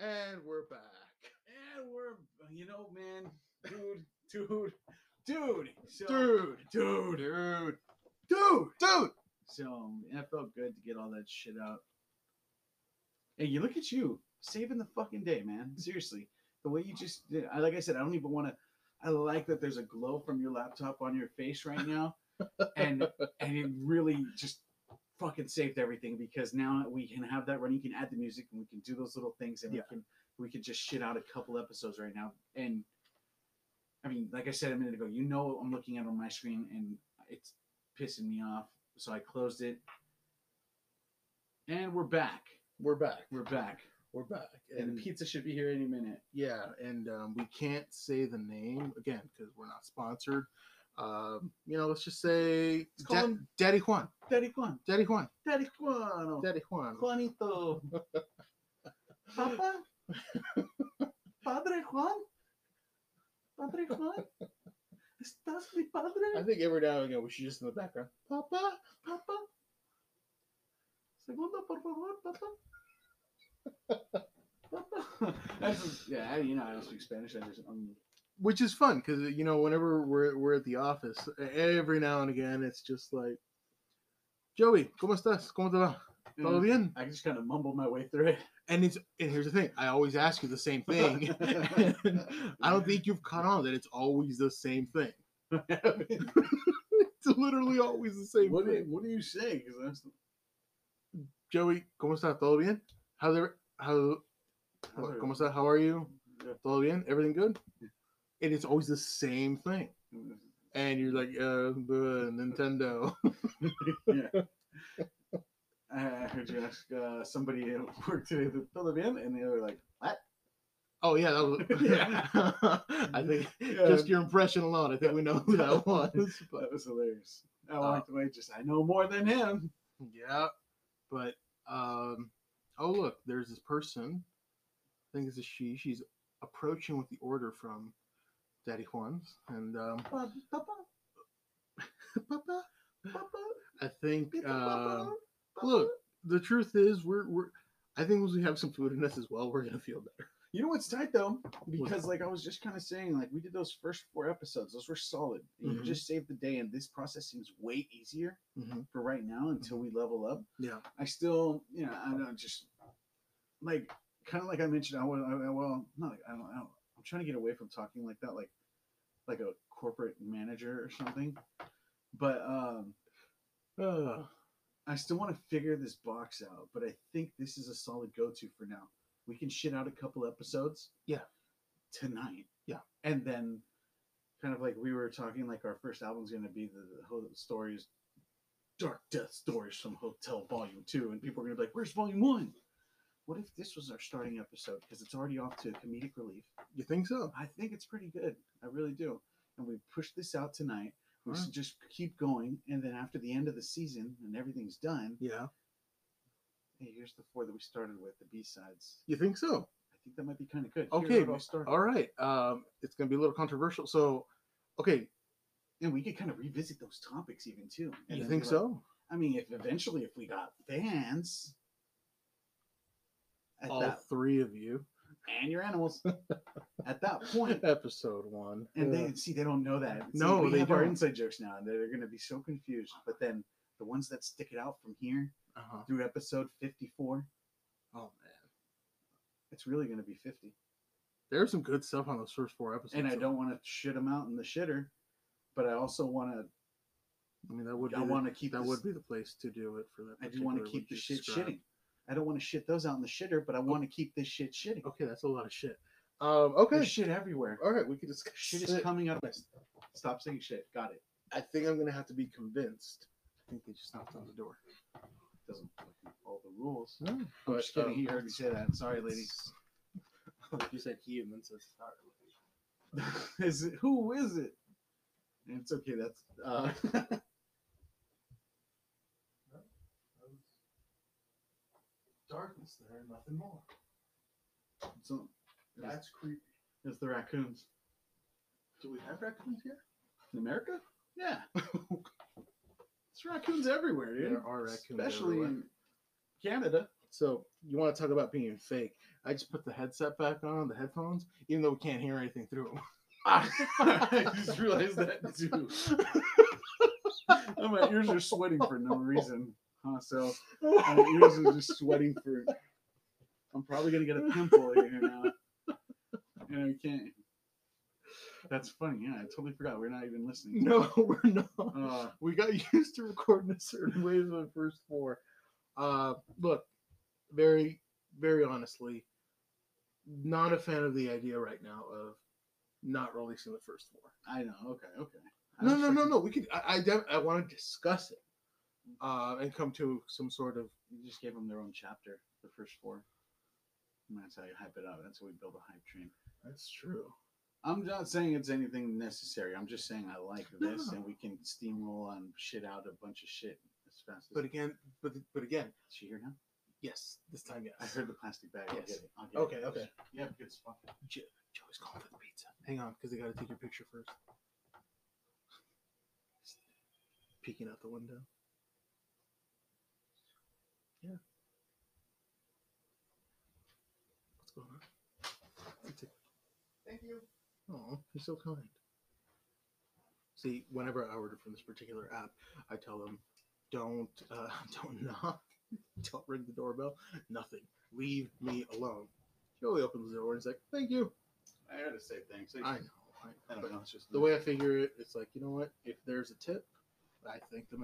And we're back. And we're, you know, man, dude, dude, dude, so, Dude. dude, Dude. Dude. Dude. So um, and it felt good to get all that shit out. Hey, you look at you saving the fucking day, man. Seriously, the way you just did. I, like I said, I don't even want to. I like that there's a glow from your laptop on your face right now, and and it really just fucking saved everything because now we can have that running. You can add the music and we can do those little things and Yeah. we can we can just shit out a couple episodes right now. And I mean, like I said a minute ago, you know I'm looking at on my screen and it's pissing me off. So I closed it. And we're back. We're back. We're back. We're back. And And the pizza should be here any minute. yeah, and um, we can't say the name again because we're not sponsored. Um, you know, let's just say call Da- him- Daddy Juan. Daddy Juan. Daddy Juan. Daddy Juan. Daddy Juan. Juanito. Papa? Padre Juan? Padre Juan? ¿Estás mi I padre? think every now and again we should just in the background. Papa. Papa? Segundo, por favor, papa? Papa? That's- yeah, I- you know, I don't speak Spanish. I just, um, which is fun because you know whenever we're we're at the office, e-, every now and again it's just like, Joey, cómo estás? ¿Cómo te va? Todo Mm. bien? I just kind of mumble my way through it. And it's and here's the thing, I always ask you the same thing. And I don't think you've caught on that it's always the same thing. what, It's literally always the same do you, thing. what do you say? 'Cause that's- Joey, cómo estás? Todo bien? How's every, how cómo estás? How are you? Yeah. Todo bien? Everything good? And it's always the same thing. And you're like, uh, the Nintendo. I heard you ask uh, somebody at work today to fill them in, and they were like, "What?" Oh yeah, that was. Yeah. I think just your impression alone. I think we know who that was. But that was hilarious. I Uh, walked away just, I know more than him. yeah, but um, oh look, there's this person. I think it's a she. She's approaching with the order from Daddy Juan's, and um, Papa, papa, Papa. papa, I think pizza, um, papa, papa. look, the truth is we're we're. I think once we have some food in us as well, we're gonna feel better. You know what's tight though? Because like I was just kind of saying, like we did those first four episodes; those were solid. You Mhm. just saved the day, and this process seems way easier mm-hmm. for right now until we level up. Yeah. I still, you know, I don't just like kind of like I mentioned. I was, I, I- well, not like I don't, I don't. I'm trying to get away from talking like that, like like a corporate manager or something. But um, Uh, I still want to figure this box out. But I think this is a solid go-to for now. We can shit out a couple episodes. Yeah. Tonight. Yeah. And then, kind of like we were talking, like our first album's going to be the, the whole stories, Dark Death Stories from Hotel Volume Two, and people are going to be like, "Where's Volume One?" What if this was our starting episode? Because it's already off to comedic relief. you think so? I think it's pretty good. I really do. And we push this out tonight. We Alright. should just keep going, and then after the end of the season and everything's done, Yeah. hey, here's the four that we started with, the B sides. You think so? I think that might be kind of good. Okay, Here's how it all started. All right. Um, it's gonna be a little controversial. So, okay, and we could kind of revisit those topics even too. And you then think be like- so? I mean, if eventually if we got fans, at All that, three of you. and your animals, at that point, Episode one. and Uh, they see they don't know that. See, No, we they have our don't. inside jokes now, and they're going to be so confused. But then the ones that stick it out from here uh-huh. through episode fifty-four, Oh man, it's really going to be fifty. there's some good stuff on those first four episodes. And I don't want to shit them out in the shitter, but I also want to. I mean, that would. Be I the, want to keep that this- would be the place to do it for that. I do want to particular keep what the you shit described. Oh. shitting. I don't want to shit those out in the shitter, but I want to keep this shit shitting. Okay, that's a lot of shit. Um, okay. Oh, There's shit everywhere. All right, we can discuss Shit is it. coming up. Stop saying shit. Got it. I think I'm gonna have to be convinced. I think they just knocked on the door. Doesn't fucking follow the rules. No, I'm just um, uh, kidding. He heard me say that. Sorry, lady. ladies. you said he and then says sorry, lady. is it, who is it? It's okay. That's uh, Darkness there and nothing more. so, it's, creepy. it's the raccoons Do we have raccoons here? in America. Yeah, it's raccoons everywhere, dude. There are raccoons especially everywhere. in Canada. So you want to talk about being fake? I just put the headset back on, the headphones, even though we can't hear anything through them. Ah. I just realized that too. Oh, my ears are sweating for no reason. Huh, so my ears Uh, are just sweating for. I'm probably gonna get a pimple here now. And I can't. That's funny. Yeah, I totally forgot. We're not even listening. no, we're not. Uh, we got used to recording a certain way for the first four. Uh, look, very, very honestly, not a fan of the idea right now of not releasing the first four. I know. Okay. Okay. I No, no, was no, thinking- no. We could. I, I, def- I want to discuss it uh, and come to some sort of. You just gave them their own chapter, the first four. And That's how you hype it up. That's how we build a hype train. That's true. I'm not saying it's anything necessary. I'm just saying I like this, and we can steamroll on shit out a bunch of shit as fast as. But again, but but again, Is she here now? yes. This time, yes. I heard the plastic bag. I'll Yes. get it. I'll get Okay, it. okay. Yeah, good spot. Joey's calling for the pizza. Hang on, because they got to take your picture first. Peeking out the window. Yeah. What's going on? Thank you. Oh, you're so kind. See, whenever I order from this particular app, I tell them, don't, uh, don't knock, don't ring the doorbell, nothing. Leave me alone. Joey opens the door and is like, "Thank you." I gotta say thanks. I know. I I don't know. It's just the way I figure it, it's like, you know what? If there's a tip, I thank them